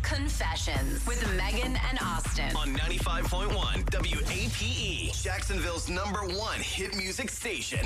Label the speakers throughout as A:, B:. A: Confessions with Megan and Austin.
B: on 95.1 WAPE, E, Jacksonville's number one hit music station.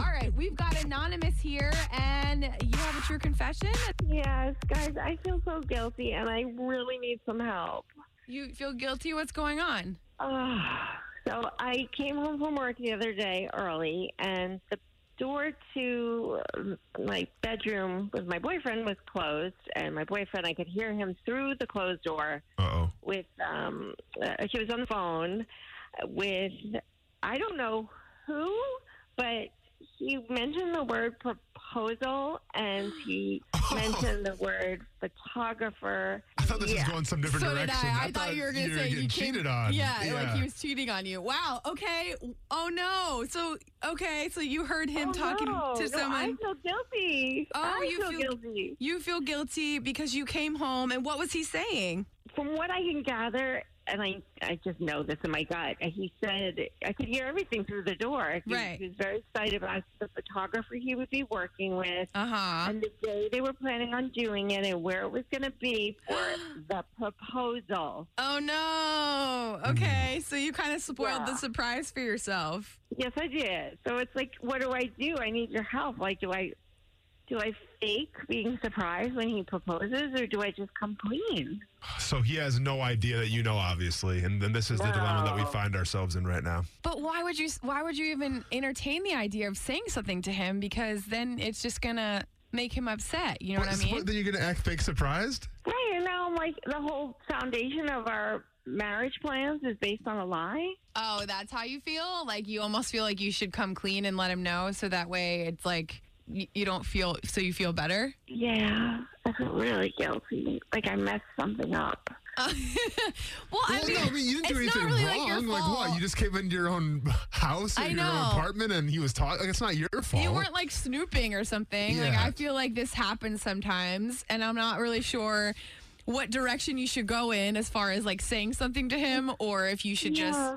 C: All right, we've got anonymous here, and you have a true confession.
D: Yes, guys, I feel so guilty and I really need some help.
C: You feel guilty. What's going on?
D: Ah, so I came home from work the other day early and the door to um, my bedroom with my boyfriend was closed and my boyfriend I could hear him through the closed door
E: Uh oh.
D: with um uh, he was on the phone with I don't know who but he mentioned the word proposal and he mentioned the word photographer
E: I thought this
D: Yeah.
E: was going some different
C: so
E: direction.
C: did I. I, thought, you were going to say
E: getting
C: you
E: cheated
C: came-
E: on.
C: Yeah, like he was cheating on you. Wow. Okay. Oh no. So okay. So you heard him
D: Oh,
C: talking
D: no.
C: to
D: No,
C: someone.
D: I feel guilty.
C: Oh,
D: I
C: you
D: feel,
C: feel-
D: guilty.
C: you feel guilty because you came home, and what was he saying?
D: From what I can gather, and I, I just know this in my gut. He said I could hear everything through the door. He,
C: Right.
D: he was very excited about the photographer he would be working with.
C: Uh huh.
D: and the day they were planning on doing it and where it was going to be for the proposal.
C: Oh no. Okay. So you kind of spoiled
D: Yeah.
C: the surprise for yourself.
D: Yes, I did. So it's like, what do I do? I need your help. Like, do I do I fake being surprised when he proposes, or do I just come clean?
E: So he has no idea that you know, obviously. And then this is the dilemma that we
D: No.
E: find ourselves in right now.
C: But why would you? Why would you even entertain the idea of saying something to him? Because then it's just gonna make him upset. You know what I
E: But-
C: mean?
E: but then you're going to act fake surprised?
D: Right, and now I'm like, the whole foundation of our marriage plans is based on a lie.
C: Oh, that's how you feel? Like you almost feel like you should come clean and let him know so that way it's like y- you don't feel so you feel better.
D: Yeah, I feel really guilty. Like I messed something up.
C: Well, I
E: Well,
C: mean,
E: no, I mean, you didn't do
C: it's
E: anything
C: not really
E: wrong.
C: like your fault.
E: what? You just came into your own house or
C: I
E: your
C: know.
E: own apartment and he was talking. Like, it's not your fault.
C: You weren't like snooping or something. Like
E: Yeah.
C: I feel like this happens sometimes, and I'm not really sure what direction you should go in as far as like saying something to him or if you should
D: Yeah.
C: just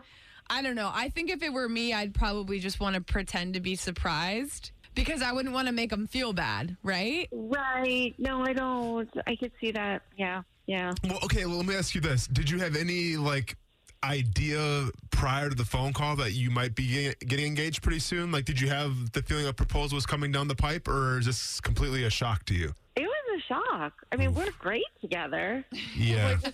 C: I don't know. I think if it were me, I'd probably just want to pretend to be surprised because I wouldn't want to make him feel bad, right?
D: Right? No, I don't. I could see that. Yeah, yeah.
E: Well, okay, well, let me ask you this. Did you have any, like, idea prior to the phone call that you might be getting- getting engaged pretty soon? Like, did you have the feeling a proposal was coming down the pipe or is this completely a shock to you?
D: It was a shock. I mean, we're great together.
E: Yeah.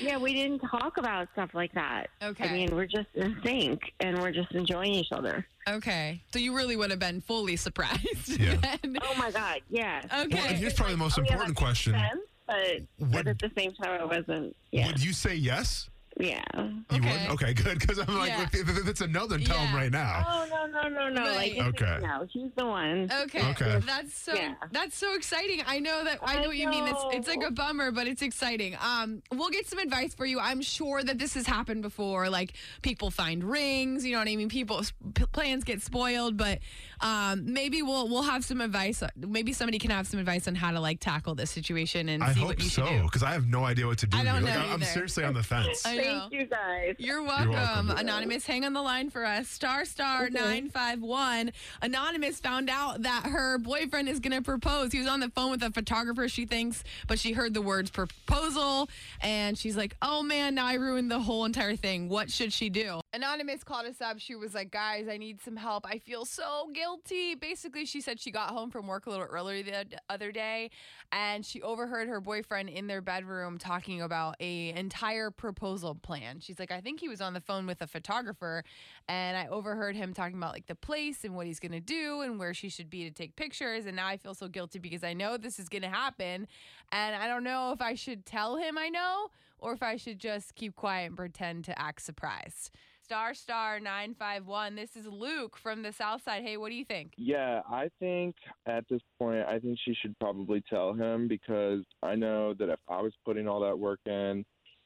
D: Yeah, we didn't talk about stuff like that.
C: Okay.
D: I mean, we're just in sync and we're just enjoying each other.
C: Okay. So you really would have been fully surprised.
E: Yeah.
C: then.
D: Oh my God, yes.
C: Okay.
E: Well, and here's probably the most important question.
D: Sense, but,
E: Would-
D: but at the same time, I wasn't. Yeah.
E: Would you say yes?
D: yeah.
E: You
C: Okay.
E: would? Okay, good. Because I'm like,
C: Yeah.
E: if, if- if it's a no, then tell
C: Yeah.
E: him right now.
D: Oh, no, no, no, no.
C: Right.
D: Like, it's-
E: Okay.
D: No, he's the one.
C: Okay.
E: Okay.
C: That's so
D: Yeah.
C: that's so exciting. I know that I know
D: I
C: what you mean. It's it's like
D: know.
C: a bummer, but it's exciting. Um we'll get some advice for you. I'm sure that this has happened before. Like people find rings, you know what I mean? People p- plans get spoiled, but um maybe we'll we'll have some advice. uh, Maybe somebody can have some advice on how to like tackle this situation and
E: I
C: see
E: hope
C: what you
E: so,
C: should do.
E: because I have no idea what to do.
C: I don't
E: here. Like,
C: know
E: I'm
C: either.
E: seriously on the fence.
C: I know.
D: Thank you guys.
C: You're welcome.
E: welcome.
C: Anonymous, hang on the line for us. Star star 951. Anonymous found out that her boyfriend is going to propose. He was on the phone with a photographer, she thinks, but she heard the words proposal and she's like, oh man, now I ruined the whole entire thing. What should she do? Anonymous called us up. She was like, guys, I need some help. I feel so guilty. Basically, she said she got home from work a little earlier the other day and she overheard her boyfriend in their bedroom talking about a entire proposal plan. She's like, I think he was on the phone with a photographer and I overheard him talking about like the place and what he's going to do and where she should be to take pictures and now I feel so guilty because I know this is going to happen and I don't know if I should tell him I know or if I should just keep quiet and pretend to act surprised. Star star 951. This is Luke from the South Side. Hey, what do you think?
F: Yeah, I think at this point, I think she should probably tell him because I know that if I was putting all that work in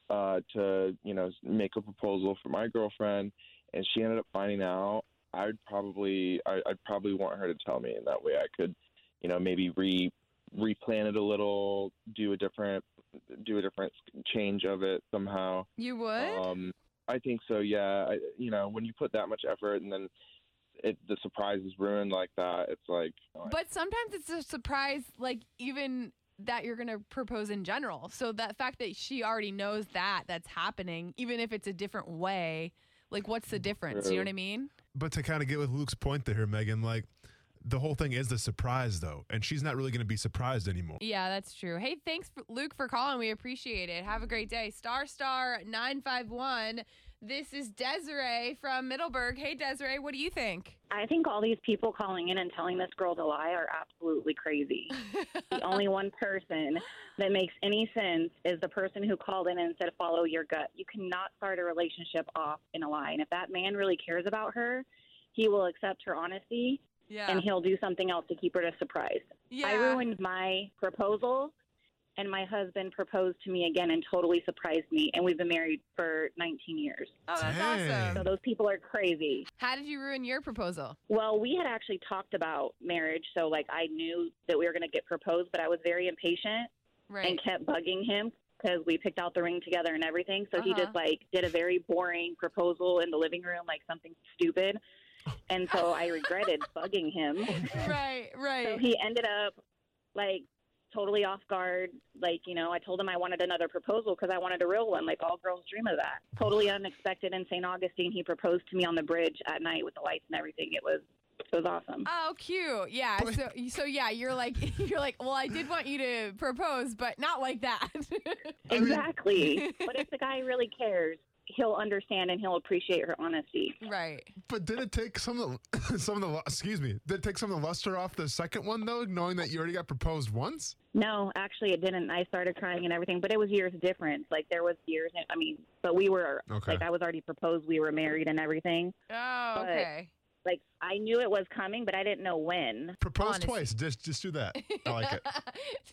F: uh, to, you know, make a proposal for my girlfriend, and she ended up finding out, I'd probably, I, I'd probably want her to tell me, and that way I could, you know, maybe re replan it a little, do a different, do a different change of it somehow.
C: You would?
F: Um, I think so. Yeah, I, you know, when you put that much effort and then it, the surprise is ruined like that, it's like.
C: But sometimes it's a surprise, like even that you're going to propose in general. So that fact that she already knows that that's happening, even if it's a different way, like what's the difference? You know what I mean?
E: But to kind of get with Luke's point there, Megan, like the whole thing is the surprise though, and she's not really going to be surprised anymore.
C: Yeah, that's true. Hey, thanks, for, Luke, for calling. We appreciate it. Have a great day. Star Star 951. This is Desiree from Middleburg. Hey, Desiree, what do you think?
D: I think all these people calling in and telling this girl to lie are absolutely crazy. the only one person that makes any sense is the person who called in and said, follow your gut. You cannot start a relationship off in a lie. And if that man really cares about her, he will accept her honesty
C: Yeah.
D: and he'll do something else to keep her surprised.
C: yeah.
D: I ruined my proposal, and my husband proposed to me again and totally surprised me. And we've been married for 19 years.
C: Oh, that's
E: Dang.
C: awesome.
D: So those people are crazy.
C: How did you ruin your proposal?
D: Well, we had actually talked about marriage, so like I knew that we were going to get proposed, but I was very impatient
C: Right.
D: and kept bugging him because we picked out the ring together and everything. So he
C: Uh-huh.
D: just like did a very boring proposal in the living room, like something stupid. And so I regretted bugging him.
C: right,
D: So
C: right.
D: he ended up like totally off guard. Like, you know, I told him I wanted another proposal because I wanted a real one. Like, all girls dream of that. Totally unexpected in St. Augustine. He proposed to me on the bridge at night with the lights and everything. It was, it was awesome.
C: Oh, cute. Yeah.
E: But-
C: So, so yeah, you're like, you're like, well, I did want you to propose, but not like that.
E: I mean-
D: exactly. but if the guy really cares, he'll understand and he'll appreciate her honesty.
C: right.
E: But did it take some of the, some of the lu- excuse me? Did it take some of the luster off the second one though, knowing that you already got proposed once?
D: No, actually, it didn't. I started crying and everything, but it was years difference. Like, there was years. I mean, but we were,
E: Okay.
D: like, I was already proposed. We were married and everything.
C: Oh,
D: But-
C: okay.
D: Like, I knew it was coming, but I didn't know when.
E: Propose
C: Honestly.
E: twice. Just just do that. I like it.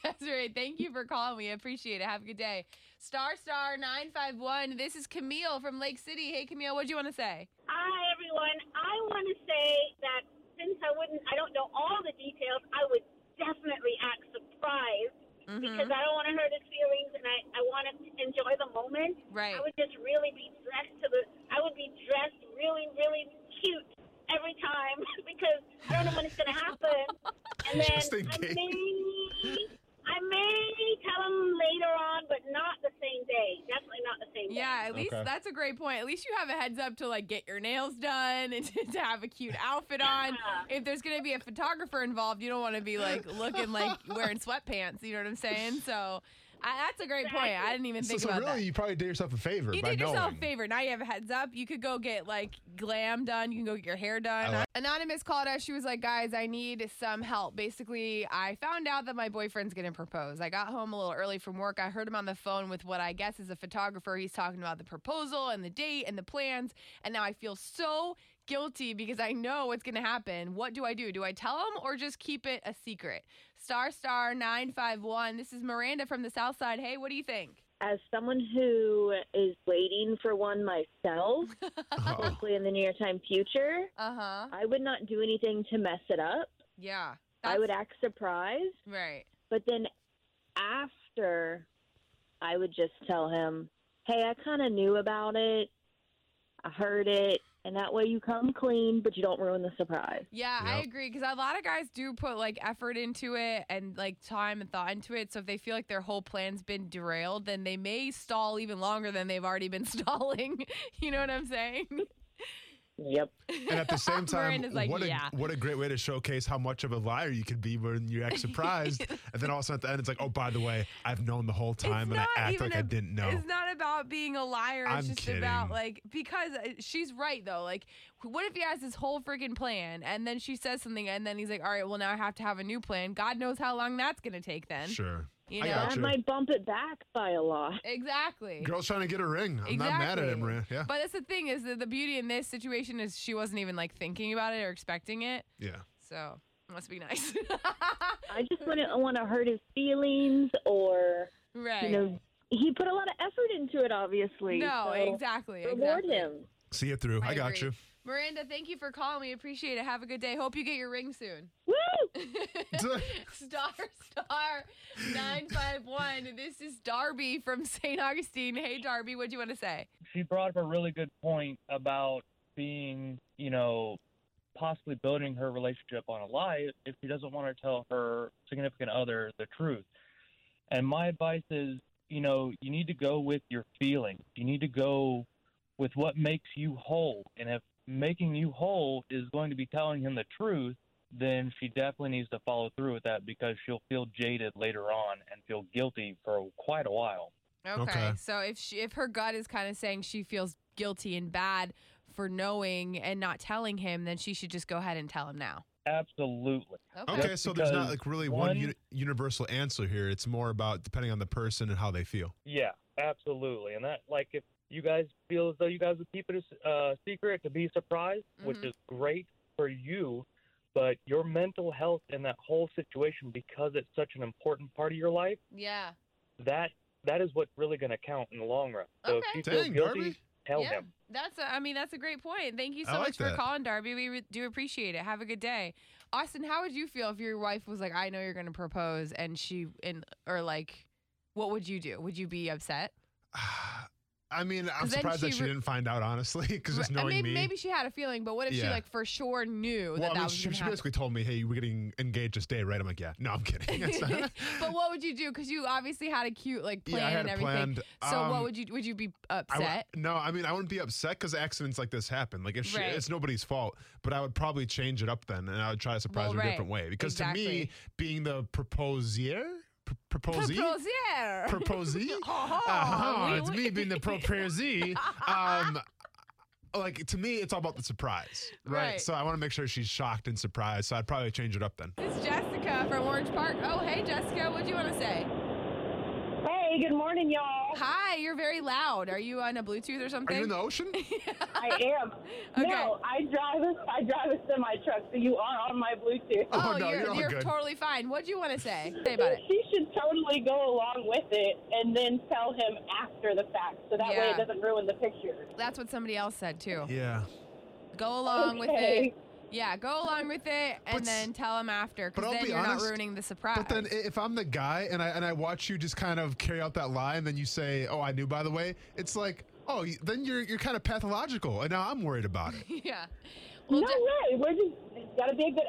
C: Desiree, thank you for calling. We appreciate it. Have a good day. Star Star 951. This is Camille from Lake City. Hey, Camille, what do you want to say?
G: Hi, everyone. I want to say that since I wouldn't, I don't know all the details, I would definitely act surprised
C: Mm-hmm.
G: because I don't want to hurt his feelings and I, I want to enjoy the moment.
C: Right.
G: I would just really be dressed to the, I would be dressed really, really cute every time because I don't know when it's going to happen. And then
E: Just in
G: I
E: case.
G: may, I may tell him later on, but not the same day. Definitely not the same day.
C: Yeah, at least
E: Okay.
C: that's a great point. At least you have a heads up to like get your nails done and to, to have a cute outfit on.
G: Uh,
C: If there's going to be a photographer involved, you don't want to be like looking like wearing sweatpants. You know what I'm saying? So I, that's a great point. I didn't even
E: So,
C: think
E: so
C: about
E: really,
C: that.
E: you probably did yourself a favor
C: You
E: by
C: did
E: knowing.
C: yourself a favor. Now you have a heads up. You could go get like glam done. You can go get your hair done.
E: I like-
C: Anonymous called us. She was like, guys, I need some help. Basically, I found out that my boyfriend's going to propose. I got home a little early from work. I heard him on the phone with what I guess is a photographer. He's talking about the proposal and the date and the plans. And now I feel so guilty because I know what's going to happen. What do I do? Do I tell him or just keep it a secret? Star Star 951. This is Miranda from the South Side. Hey, what do you think?
H: as someone who is waiting for one myself,
E: Uh-oh.
H: hopefully in the near time future,
C: Uh huh.
H: I would not do anything to mess it up.
C: Yeah.
H: I would
C: That's-
H: act surprised,
C: Right.
H: but then after, I would just tell him, "Hey, I kind of knew about it. I heard it." And that way you come clean, but you don't ruin the surprise.
C: Yeah, I
E: Yep.
C: agree because a lot of guys do put like effort into it and like time and thought into it. So if they feel like their whole plan's been derailed, then they may stall even longer than they've already been stalling. you know what I'm saying?
H: Yep.
E: And at the same time,
C: Miranda's like,
E: what a
C: yeah.
E: what a great way to showcase how much of a liar you can be when you act surprised, and then all of a sudden at the end it's like, oh, by the way, I've known the whole time, and I act like I I
C: ab-
E: didn't know.
C: It's not about being a liar. It's
E: I'm
C: just about
E: kidding.
C: like because uh, she's right though. Like, wh- what if he has this whole freaking plan and then she says something and then he's like, all right, well now I have to have a new plan. God knows how long that's gonna take then.
E: Sure,
C: You
E: I
C: know?
E: got
H: That
E: you.
H: might bump it back by a lot.
C: Exactly.
E: Girl's trying to get a ring. I'm not mad at it,
C: Exactly.
E: Maria. Yeah,
C: But that's the thing is that the beauty in this situation is she wasn't even like thinking about it or expecting it.
E: yeah.
C: So must be nice.
H: I just wouldn't want to hurt his feelings or
C: right.
H: you know, he put a lot of effort into it, obviously.
C: no,
H: so
C: exactly.
H: Reward
C: exactly.
H: him.
E: See it through. I, got
C: agree.
E: you.
C: Miranda, thank you for calling. We appreciate it. Have a good day. Hope you get your ring soon.
H: Woo!
C: star star 951. This is Darby from St. Augustine. Hey, Darby, what do you want to say?
I: she brought up a really good point about being, you know, possibly building her relationship on a lie if she doesn't want to tell her significant other the truth. And my advice is, you know, you need to go with your feelings. You need to go with what makes you whole. And if making you whole is going to be telling him the truth, then she definitely needs to follow through with that because she'll feel jaded later on and feel guilty for quite a while.
C: Okay.
E: Okay.
C: So if she, if her gut is kind of saying she feels guilty and bad for knowing and not telling him, then she should just go ahead and tell him now.
I: Absolutely.
E: Okay,
I: Just
E: so there's not
I: because
E: like really one,
I: one-
E: uni- universal answer here. It's more about depending on the person and how they feel.
I: Yeah, absolutely. And that, like, if you guys feel as though you guys would keep it a uh, secret to be surprised, which
C: Mhm.
I: is great for you, but your mental health and that whole situation, because it's such an important part of your life,
C: Yeah.
I: that that is what's really going to count in the long run. So
C: Okay.
I: if you feel
E: Dang,
I: guilty,
E: Darby.
I: tell
C: yeah.
I: him.
C: That's a, I mean that's a great point. Thank you so
E: I like
C: much for
E: that.
C: calling, Darby. We re- do appreciate it. Have a good day, Austin. How would you feel if your wife was like, "I know you're going to propose," and she and or like, what would you do? Would you be upset?
E: I mean, I'm
C: 'Cause then
E: surprised that
C: she
E: she
C: re-
E: didn't find out honestly, because just
C: Right. And
E: knowing
C: maybe,
E: me.
C: maybe she had a feeling, but what if she
E: Yeah.
C: like for sure knew
E: well,
C: that
E: I
C: that
E: mean,
C: was
E: she,
C: gonna
E: she
C: happen?
E: basically told me, "Hey, we're getting engaged this day, right?" I'm like, "Yeah." No, I'm kidding. It's not-
C: but what would you do? Because you obviously had a cute like plan
E: yeah, I had
C: and
E: it
C: everything.
E: planned.
C: So
E: Um,
C: what would you would you be
E: I
C: upset?
E: w- no, I mean I wouldn't be upset because accidents like this happen. Like if she,
C: Right.
E: it's nobody's fault, but I would probably change it up then, and I would try to surprise
C: Well,
E: her
C: right.
E: a different way. Because to me,
C: Exactly.
E: being the proposier, pr- proposee,
C: Proposier.
E: proposee,
C: Oh,
E: uh-huh,
C: we-
E: it's
C: we-
E: me being the proposee. Um, like to me, it's all about the surprise, right?
C: Right.
E: So I want to make sure she's shocked and surprised. So I'd probably change it up then.
C: It's Jessica from Orange Park. Oh, hey, Jessica, what do you want to say?
G: Hey, good morning, y'all.
C: Hi, you're very loud. Are you on a Bluetooth or
E: Are
C: something?
E: you in the ocean?
G: I am.
C: Okay.
G: No, I drive a I drive a semi truck, so you are on my Bluetooth.
E: Oh,
C: oh,
E: no,
C: you're,
E: you're all
C: you're
E: good.
C: totally fine. What do you want to say? Say about it.
G: She should totally go along with it and then tell him after the fact, so that way
C: Yeah.
G: it doesn't ruin the picture.
C: That's what somebody else said too.
E: Yeah.
C: Go along with
G: Okay.
C: it. Yeah, go along with it and
E: But-
C: then tell him after
E: but I'll
C: because then
E: be
C: you're
E: honest,
C: not ruining the surprise.
E: But then, i- if I'm the guy and I and I watch you just kind of carry out that lie, and then you say, "Oh, I knew." By the way, it's like, oh, y- then you're you're kind of pathological, and now I'm worried about it.
C: yeah. Well,
G: no
C: Je-
G: way. We're just got to be a good